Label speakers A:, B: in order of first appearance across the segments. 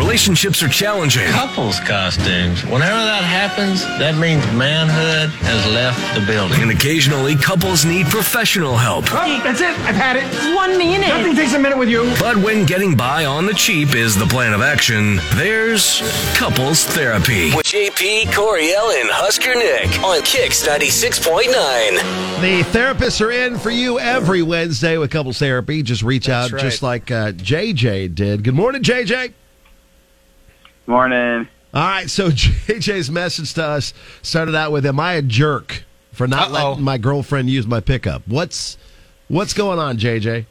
A: relationships are challenging,
B: Couples costumes. Whenever that happens, that means manhood has left the building.
A: and occasionally couples need professional help.
C: Oh, that's it. I've had it.
D: One minute.
C: Nothing takes a minute with you.
A: But when getting by on the cheap is the plan of action, there's couples therapy. With JP, Coriel, and Husker Nick on Kicks 96.9.
E: The therapists are in for you every Wednesday with couples therapy. Just reach out, just like uh, JJ did. Good morning, JJ.
F: Morning.
E: All right, so JJ's message to us started out with, "Am I a jerk for not
G: Uh-oh.
E: letting my girlfriend use my pickup?" What's what's going on, JJ?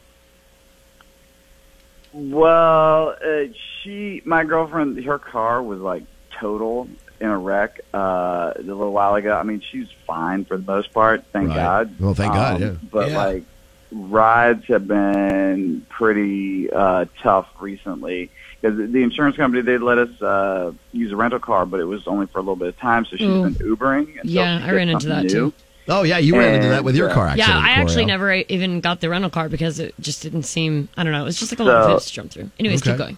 F: Well, uh, she, my girlfriend, her car was like total in a wreck uh, a little while ago. I mean, she's fine for the most part, thank
E: Right.
F: God. Um,
E: Well, thank God, yeah.
F: But
G: Yeah.
F: like, rides have been pretty uh, tough recently because the insurance company they let us uh, use a rental car, but it was only for a little bit of time. So she's
D: Ooh.
F: been Ubering. until
D: Yeah,
F: she
D: I
F: gets
D: ran into
F: something
D: that,
F: new.
D: too.
E: Oh yeah, you ran into that with your car accident.
D: Yeah, I actually
E: Coriel.
D: never e-, even got the rental car because it just didn't seem. I don't know. It was just like a lot
F: So-
D: of hoops to jump through. Anyways,
E: Okay.
D: keep going.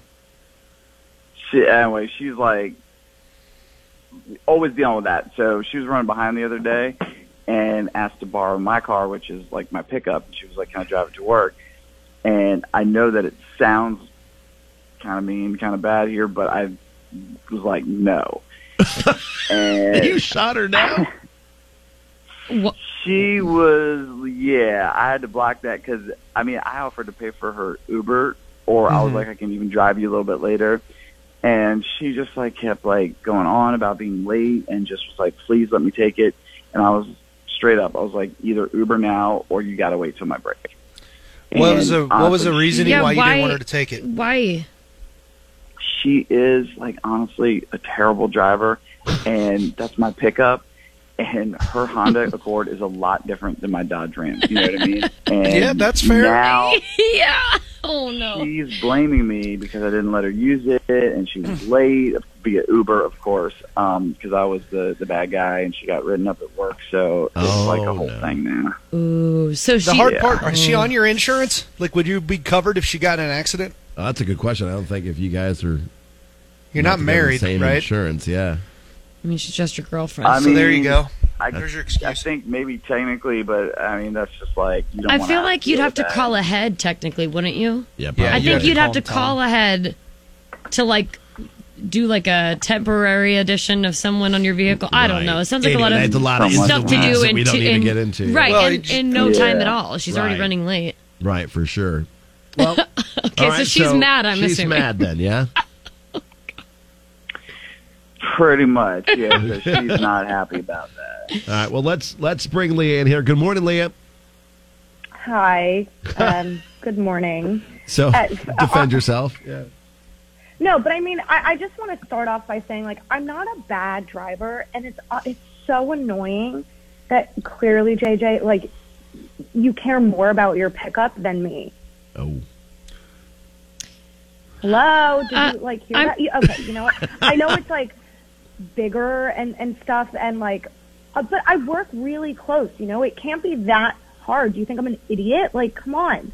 F: she anyway, she's like always dealing with that. So she was running behind the other day and asked to borrow my car, which is like my pickup. She was like, "Can I drive it to work?" And I know that it sounds kind of mean, kind of bad here, but I was like, "No." and
E: You shot her down.
D: Wha-
F: she was, yeah. I had to block that because I mean, I offered to pay for her Uber, or I
G: Mm-hmm.
F: was like, I can even drive you a little bit later. And she just like kept like going on about being late and just was like, please let me take it. And I was straight up, I was like, either Uber now or you got to wait till my break.
G: What was the
F: And
G: what was the
F: honestly,
G: reasoning
D: Yeah,
G: why, you didn't
D: why-
G: want her to take it?
D: Why?
F: she is like honestly a terrible driver and that's my pickup and her Honda Accord is a lot different than my Dodge Ram. You know what I mean? And
G: Yeah, that's fair.
F: Now
D: yeah. Oh no.
F: she's blaming me because I didn't let her use it and she
G: Hmm.
F: was late via Uber, of course, because I was the the bad guy and she got written up at work. So it's
E: Oh,
F: like a whole
E: no.
F: thing now.
D: Ooh. So she.
G: The hard
F: Yeah.
G: part, is she on your insurance? Like, would you be covered if she got in an accident?
E: Oh, that's a good question. I don't think if you guys are
G: You're not,
E: together,
G: married,
E: same
G: right?
E: Insurance, yeah.
D: I mean, she's just your girlfriend.
F: I
G: So there you
F: mean,
G: go.
F: I,
G: There's your
F: I
G: excuse.
F: think maybe technically, but I mean that's just like you don't.
D: I
F: wanna
D: feel
F: have
D: like
F: to
D: you'd
F: deal
D: have
F: with
D: to
F: that.
D: call ahead, technically, wouldn't you?
E: Yeah,
G: Yeah,
D: I
G: you
D: think
G: have to
D: you'd have
G: call
D: to
G: and tell
D: call ahead to like do like a temporary addition of someone on your vehicle. I don't
E: Right.
D: know. It sounds like a lot
E: Anyway,
D: of
E: that's a lot of
F: Someone
D: stuff to
E: weeds
D: do
E: that
D: in
E: we don't
D: two-
E: need to
D: in-
E: get into.
D: Right,
G: Well,
D: in,
G: it's-
D: in no
F: Yeah.
D: time at all. She's already
E: Right.
D: running late.
E: Right, for sure. Well, okay,
D: so she's mad, I'm
E: she's
D: assuming.
E: mad then, yeah.
F: Pretty much, yeah. So she's not happy about that.
E: All right, well let's let's bring Leah in here. Good morning, Leah.
H: Hi. Um, good morning.
E: So
H: Uh,
E: defend yourself. Yeah.
H: No, but I mean, I, I just want to start off by saying, like, I'm not a bad driver, and it's uh, it's so annoying that clearly, JJ, like, you care more about your pickup than me.
E: Oh.
H: Hello, did
D: Uh,
H: you like hear
D: I'm-
H: that? You, okay, you know what? I know it's like bigger and and stuff, and like, uh, but I work really close. You know, it can't be that hard. Do you think I'm an idiot? Like, come on.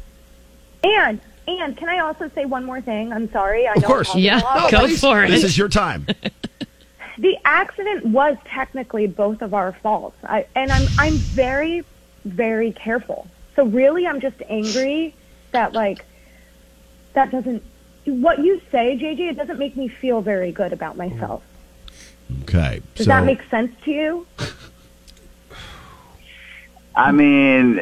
H: And and can I also say one more thing? I'm sorry. I
E: Of
H: know I'm
E: course.
H: talking a
D: Yeah,
H: lot,
D: go
H: but
D: for it.
E: This is your time.
H: the accident was technically both of our faults. I, and I'm I'm very very careful. So really, I'm just angry that like that doesn't what you say, JJ. It doesn't make me feel very good about myself.
E: Okay.
H: Does
E: so
H: that make sense to you?
F: I mean,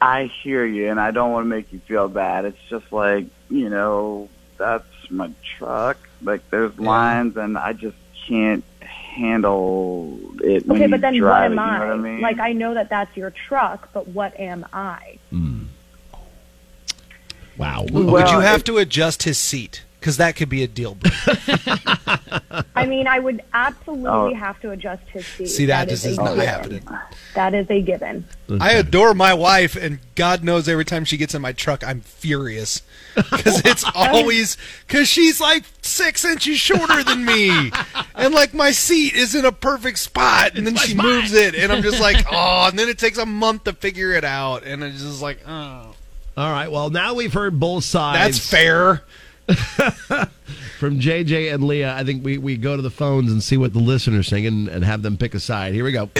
F: I hear you, and I don't want to make you feel bad. It's just like you know, that's my truck. Like there's lines, and I just can't handle it when
H: Okay,
F: you
H: but then what
F: drive
H: am
F: it,
H: I?
F: You know what I mean?
H: Like I know that that's your truck, but what am I?
E: wow.
G: would
F: Well,
G: you have
F: it-
G: to adjust his seat? Because that could be a deal breaker.
H: I mean, I would absolutely
F: Oh.
H: have to adjust his seat.
G: See, that
H: is
G: just
H: a
G: is not
H: given.
G: happening.
H: That is a given.
G: I adore my wife, and God knows every time she gets in my truck, I'm furious because it's always because she's like six inches shorter than me, and like my seat is in a perfect spot, and then she moves it, and I'm just like, oh, and then it takes a month to figure it out, and it's just like, oh,
E: All right. Well, now we've heard both sides.
G: that's fair.
E: From JJ and Leah, I think we, we go to the phones and see what the listeners think and, and have them pick a side. Here we go.
A: With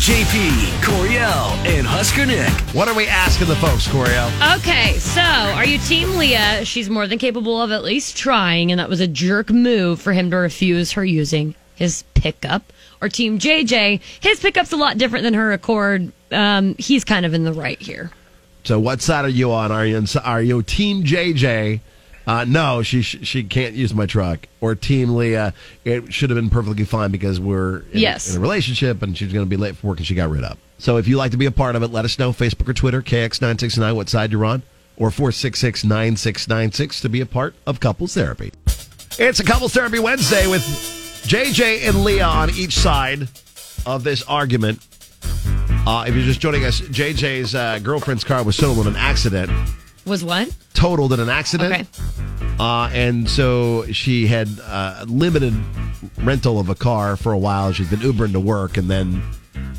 A: JP, Coriel, and Husker Nick.
E: What are we asking the folks, Coriel?
D: Okay, so are you Team Leah? She's more than capable of at least trying, and that was a jerk move for him to refuse her using his pickup. Or Team JJ, his pickup's a lot different than her Accord. Um, he's kind of in the right here.
E: So what side are you on? Are you ins are you team JJ? Uh, no, she sh- she can't use my truck. Or team Leah, it should have been perfectly fine because we're in,
D: Yes.
E: in a relationship and she's going to be late for work and she got rid of. So if you like to be a part of it, let us know Facebook or Twitter KX969 what side you're on or 4669696 to be a part of couples therapy. It's a couples therapy Wednesday with JJ and Leah on each side of this argument. Uh, if you're just joining us, JJ's uh, girlfriend's car was totaled in an accident.
D: Was what?
E: Totaled in an accident.
D: Okay.
E: Uh, and so she had uh, limited rental of a car for a while. She's been Ubering to work, and then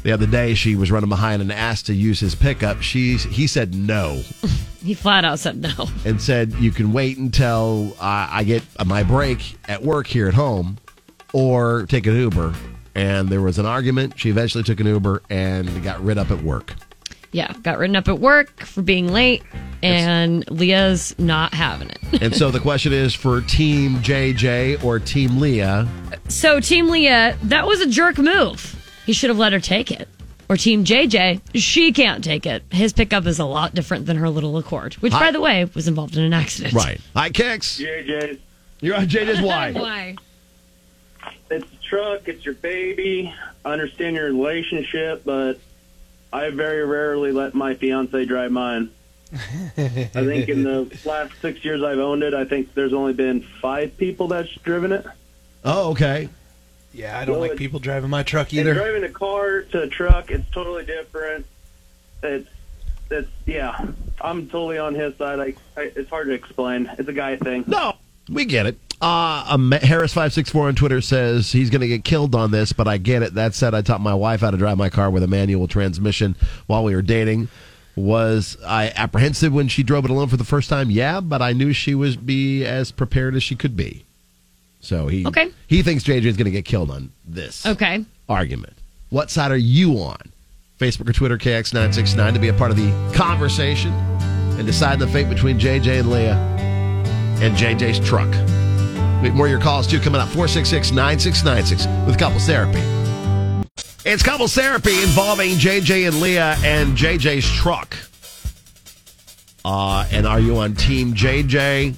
E: the other day she was running behind and asked to use his pickup. She he said no
D: He flat out said no.
E: and said, "You can wait until uh, I get my break at work here at home, or take an Uber." And there was an argument. She eventually took an Uber and got rid up at work.
D: Yeah, got written up at work for being late, and Leah's not having it.
E: And so the question is for Team JJ or Team Leah.
D: So, Team Leah, that was a jerk move. He should have let her take it. Or Team JJ, she can't take it. His pickup is a lot different than her little Accord, which,
E: Hi-
D: by the way, was involved in an accident.
E: Hi, Kicks.
I: JJ,
E: You're on JJ's why.
D: Why?
I: it's a truck, it's your baby. I understand your relationship, but I very rarely let my fiance drive mine. I think in the last six years I've owned it, I think there's only been five people that's driven it.
E: Oh, okay.
G: Yeah, I don't
I: Well,
G: like
I: it-
G: people driving my truck
I: And
G: either.
I: driving a car to a truck, it's totally different. It's, it's yeah. I'm totally on his side. I, I, it's hard to explain. It's a guy thing.
E: No, we get it. Uh, um, Harris five six four on Twitter says he's going to get killed on this, but I get it. That said, I taught my wife how to drive my car with a manual transmission while we were dating. Was I apprehensive when she drove it alone for the first time? Yeah, but I knew she was be as prepared as she could be. So he
D: Okay.
E: he thinks JJ is going to get killed on this.
D: Okay.
E: argument. What side are you on? Facebook or Twitter, KX969, to be a part of the conversation and decide the fate between JJ and Leah and JJ's truck. We have more of your calls, too, coming up 466 9696 with Couples Therapy. It's Couples Therapy involving JJ and Leah and JJ's truck. Uh, and are you on Team JJ?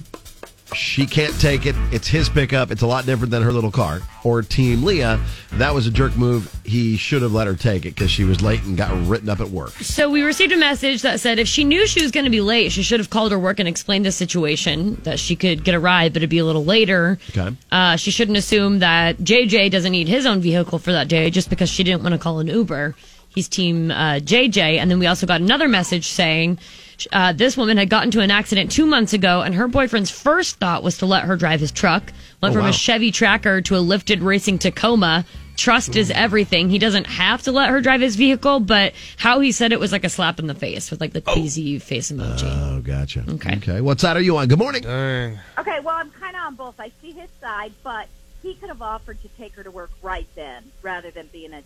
E: She can't take it. It's his pickup. It's a lot different than her little car. Or Team Leah, that was a jerk move. He should have let her take it because she was late and got written up at work.
D: So we received a message that said if she knew she was going to be late, she should have called her work and explained the situation that she could get a ride, but it'd be a little later.
E: Okay.
D: Uh, she shouldn't assume that JJ doesn't need his own vehicle for that day just because she didn't want to call an Uber. He's team uh, JJ. And then we also got another message saying uh, this woman had gotten to an accident two months ago, and her boyfriend's first thought was to let her drive his truck. Went
E: Oh,
D: from
E: wow.
D: a Chevy Tracker to a lifted racing Tacoma. Trust is everything. He doesn't have to let her drive his vehicle, but how he said it was like a slap in the face with like the queasy face emoji.
E: Oh, gotcha.
D: Okay.
E: Okay. What side are you on? Good morning.
G: Dang.
J: Okay, well, I'm kind of on both. I see his side, but he could have offered to take her to work right then rather than being a.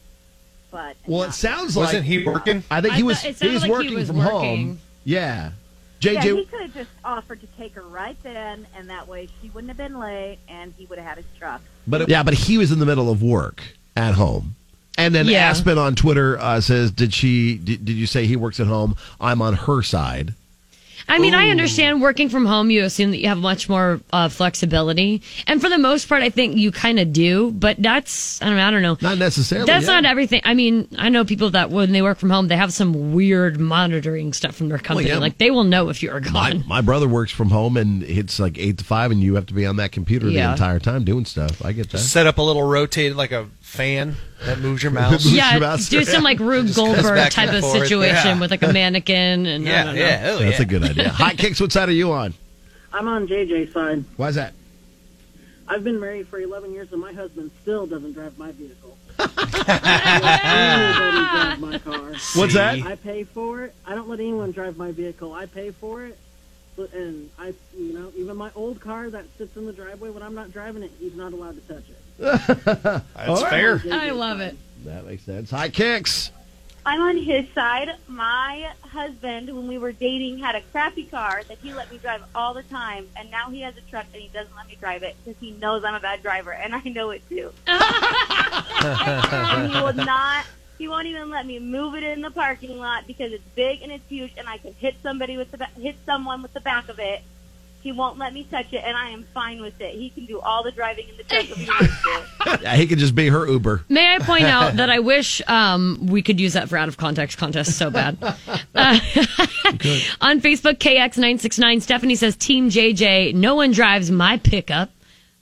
J: But
E: Well, it
J: no.
E: sounds like
G: Wasn't he working?
E: I think
D: I
E: he
D: thought-
E: was.
D: it
E: He
D: sounded
E: was
D: like he
E: working
D: was
E: from home.
D: working.
E: Yeah.
J: yeah,
E: JJ.
J: he could have just offered to take her right then, and that way she wouldn't have been late, and he would have had his truck.
E: But yeah, but he was in the middle of work at home. And then
D: Yeah.
E: Aspen on Twitter uh, says, "Did she? Did, did you say he works at home? I'm on her side."
D: I mean, I understand working from home, you assume that you have much more uh, flexibility. And for the most part, I think you kind of do, but that's, I don't, I don't know.
E: Not necessarily.
D: That's
E: yeah.
D: not everything. I mean, I know people that when they work from home, they have some weird monitoring stuff from their company.
E: yeah.
D: Like they will know if you're
E: My,
D: gone.
E: my brother works from home, and it's like eight to five, and you have to be on that computer the
D: Yeah.
E: entire time doing stuff. I get that.
G: Set up a little rotated like a fan that moves your mouse.
E: Yeah. your
D: yeah,
E: mouse
D: do some
E: around.
D: like Rube
G: back
D: Goldberg type
G: and
D: of
G: forth.
D: situation
G: Yeah.
D: with like a mannequin and uh, I
G: Yeah,
D: don't know.
G: yeah, hell
E: That's
G: yeah.
E: a good idea. Hi, kicks. What side are you on?
K: I'm on JJ's side.
E: Why is that?
K: I've been married for 11 years, and my husband still doesn't drive my vehicle. I don't let him drive my car.
E: What's that?
K: I pay for it. I don't let anyone drive my vehicle. I pay for it. So- And I, you know, even my old car that sits in the driveway when I'm not driving it, he's not allowed to touch it.
E: All right.
D: I love it.
E: That makes sense. High kicks.
J: I'm on his side. My husband, when we were dating, had a crappy car that he let me drive all the time, and now he has a truck and he doesn't let me drive it because he knows I'm a bad driver, and I know it too. and he will not. He won't even let me move it in the parking lot because it's big and it's huge, and I can hit somebody with the ba- hit someone with the back of it. He won't let me touch it, and I am fine with it. He can do all the driving in the truck if he wants to.
E: yeah, he could just be her Uber.
D: May I point out that I wish um, we could use that for out of context contests so bad. Uh, on Facebook, KX969, Stephanie says, Team JJ, no one drives my pickup.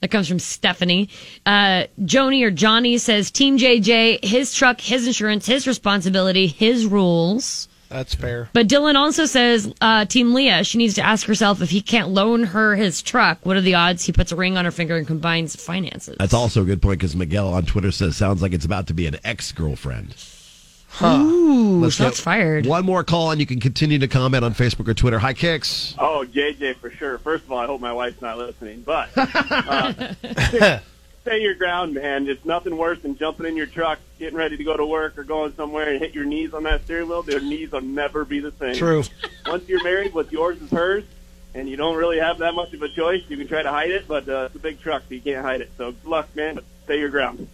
D: That comes from Stephanie. Uh, Joni or Johnny says, Team JJ, his truck, his insurance, his responsibility, his rules.
G: That's fair.
D: But Dylan also says, uh, Team Leah, she needs to ask herself if he can't loan her his truck. What are the odds he puts a ring on her finger and combines finances?
E: That's also a good point because Miguel on Twitter says sounds like it's about to be an ex girlfriend.
D: Ooh, shots fired.
E: One more call and you can continue to comment on Facebook or Twitter. High kicks.
L: Oh, JJ for sure. First of all, I hope my wife's not listening. But uh, stay- stay your ground, man. It's nothing worse than jumping in your truck, getting ready to go to work or going somewhere and hit your knees on that steering wheel. Your knees will never be the same.
G: True.
L: Once you're married, what's yours is hers, and you don't really have that much of a choice. You can try to hide it, but uh, it's a big truck, so you can't hide it. So good luck, man. But stay your ground.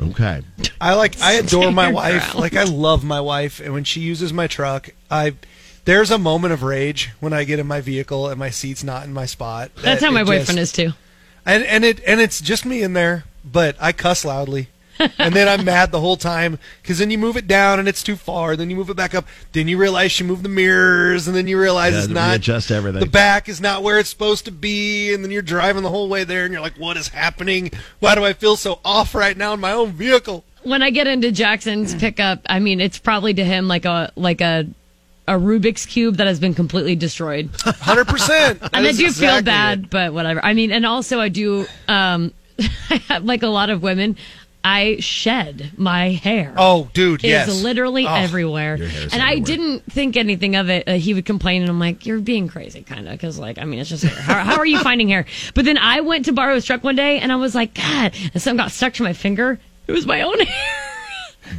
E: Okay.
G: I like I adore my wife.
L: ground.
G: Like I love my wife and when she uses my truck, I there's a moment of rage when I get in my vehicle and my seat's not in my spot.
D: That's how my boyfriend is too.
G: And and it and it's just me in there, but I cuss loudly. and then I'm mad the whole time because then you move it down and it's too far. Then you move it back up. Then you realize you moved the mirrors, and then you realize
E: Yeah,
G: it's
E: to
G: not
E: readjust everything.
G: The back is not where it's supposed to be, and then you're driving the whole way there, and you're like, "What is happening? Why do I feel so off right now in my own vehicle?"
D: when I get into Jackson's
G: Mm.
D: pickup, I mean, it's probably to him like a like a a Rubik's cube that has been completely destroyed.
G: Hundred percent.
D: and I do feel bad, but whatever. I mean, and also I do um like a lot of women. I shed my hair.
G: Oh, dude,
D: It
G: yes.
D: is literally
G: Oh,
D: everywhere.
G: your hair's
D: and I
G: everywhere.
D: didn't think anything of it. Uh, he would complain, and I'm like, "You're being crazy, kind of." Because, like, I mean, it's just hair. How, how are you finding hair? But then I went to borrow his truck one day, and I was like, "God!" And something got stuck to my finger. It was my own hair.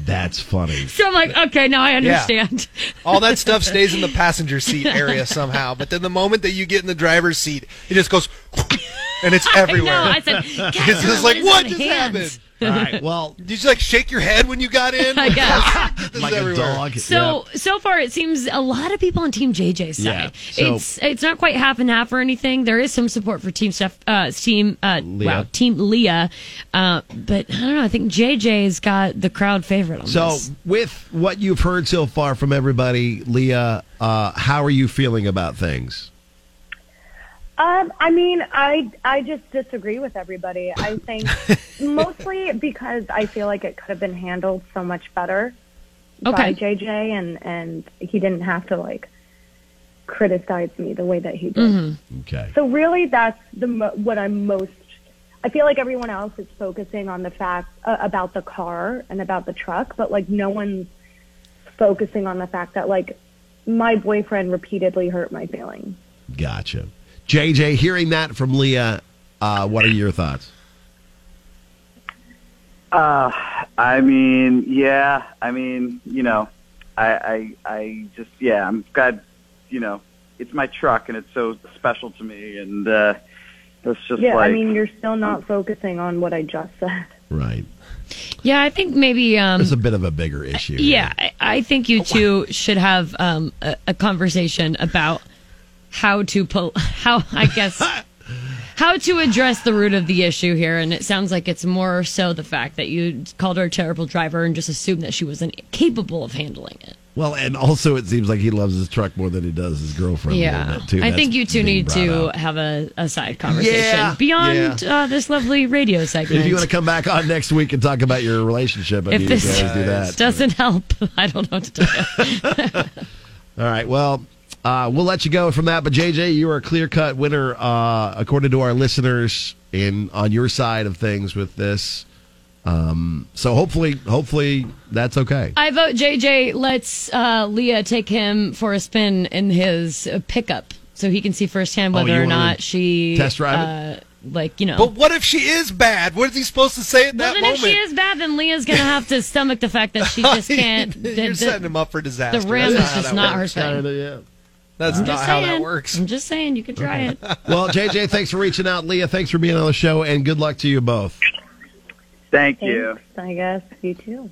E: That's funny.
D: So I'm like, okay, now I understand.
G: All that stuff stays in the passenger seat area somehow, but then the moment that you get in the driver's seat, it just goes, and it's everywhere.
D: I said, "God,
G: it's just
D: what
G: like
D: is
G: what
D: on
G: just
D: hands?"
G: happened.
D: All right,
E: well,
G: did you like shake your head when you got in?
D: I guess.
G: This is
E: Like a
G: everywhere.
E: dog.
D: So so far, it seems a lot of people on Team JJ's side.
E: Yeah, so-
D: it's it's not quite half and half or anything. There is some support for Team Steph, uh, Team uh,
E: Leah.
D: Wow, Team Leah. Uh, but I don't know. I think JJ's got the crowd favorite on
E: So,
D: this.
E: with what you've heard so far from everybody, Leah, uh, how are you feeling about things?
H: Um, I mean, I I just disagree with everybody. I think mostly because I feel like it could have been handled so much better by
D: Okay.
H: JJ, and and he didn't have to like criticize me the way that he did.
E: Okay.
H: So really, that's the mo- what I'm most. I feel like everyone else is focusing on the fact uh, about the car and about the truck, but like no one's focusing on the fact that like my boyfriend repeatedly hurt my feelings.
E: Gotcha. JJ, hearing that from Leah, uh, what are your thoughts?
F: Uh, I mean, yeah. I mean, you know, I, I, I just, yeah. I'm glad, you know, it's my truck and it's so special to me, and uh, that's just
H: yeah,
F: like,
H: I mean, you're still not focusing on what I just said.
E: Right.
D: yeah, I think maybe um,
E: There's a bit of a bigger issue.
D: Yeah, I, I think
E: Oh,
D: you two should have um, a, a conversation about how to po- how I guess how to address the root of the issue here. And it sounds like it's more so the fact that you called her a terrible driver and just assumed that she was incapable of handling it.
E: Well, and also it seems like he loves his truck more than he does his girlfriend. a little
D: yeah,
E: bit, too.
D: I
E: That's
D: think you two
E: being
D: need
E: brought
D: to
E: up.
D: have a, a side conversation
E: Yeah.
D: beyond Uh, this lovely radio segment.
E: If you want to come back on next week and talk about your relationship, I mean,
D: If
E: you
D: this
E: can always do that.
D: doesn't help, I don't know what to tell you.
E: All right. Well, uh, we'll let you go from that. But JJ, you are a clear cut winner uh, according to our listeners in on your side of things with this. Um, so hopefully, hopefully that's okay.
D: I vote JJ lets uh, Leah take him for a spin in his uh, pickup so he can see firsthand
G: Oh,
D: whether
G: you
D: or
G: wanna
D: not she
G: test drive
D: uh, like you know.
G: But what if she is bad? What is he supposed to say at
D: well,
G: that
D: then if
G: moment?
D: she is bad, then Leah's gonna have to stomach the fact that she just can't.
G: You're
D: the- the-
G: setting him up for disaster.
D: The ram Uh,
G: That's
D: is
G: how
D: just
G: that
D: not
G: works.
D: her thing.
G: That's
D: I'm
G: not
D: just
G: how that
D: saying.
G: works.
D: I'm just saying you could try it.
E: Well, JJ, thanks for reaching out. Leah, thanks for being on the show, and good luck to you both.
F: Thank
H: Thanks. I guess you too.